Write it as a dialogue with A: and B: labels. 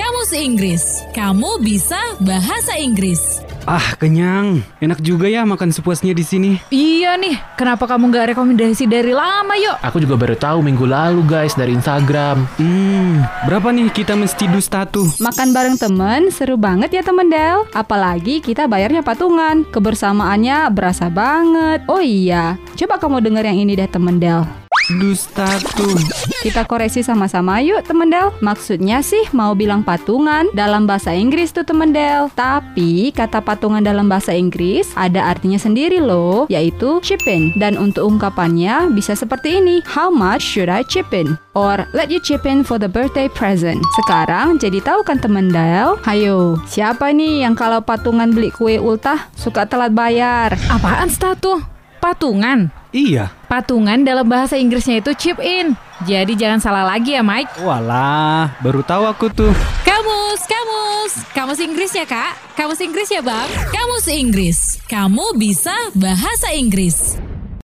A: Kamus Inggris. Kamu bisa bahasa Inggris.
B: Ah, kenyang. Enak juga ya makan sepuasnya di sini.
C: Iya nih, kenapa kamu nggak rekomendasi dari lama yuk?
D: Aku juga baru tahu minggu lalu guys dari Instagram.
B: Hmm, berapa nih kita mesti dus tatu?
E: Makan bareng temen seru banget ya temen Del. Apalagi kita bayarnya patungan. Kebersamaannya berasa banget. Oh iya, coba kamu denger yang ini deh temen Del.
B: Dus tatu.
E: Kita koreksi sama-sama yuk temen Del Maksudnya sih mau bilang patungan dalam bahasa Inggris tuh temen Del Tapi kata patungan dalam bahasa Inggris ada artinya sendiri loh Yaitu chip in Dan untuk ungkapannya bisa seperti ini How much should I chip in? Or let you chip in for the birthday present Sekarang jadi tahu kan temen Del Hayo siapa nih yang kalau patungan beli kue ultah suka telat bayar?
C: Apaan statu? Patungan.
B: Iya.
C: Patungan dalam bahasa Inggrisnya itu chip in. Jadi jangan salah lagi ya Mike.
B: Walah, baru tahu aku tuh.
A: Kamus, kamus. Kamus Inggris ya, Kak? Kamus Inggris ya, Bang? Kamus Inggris. Kamu bisa bahasa Inggris.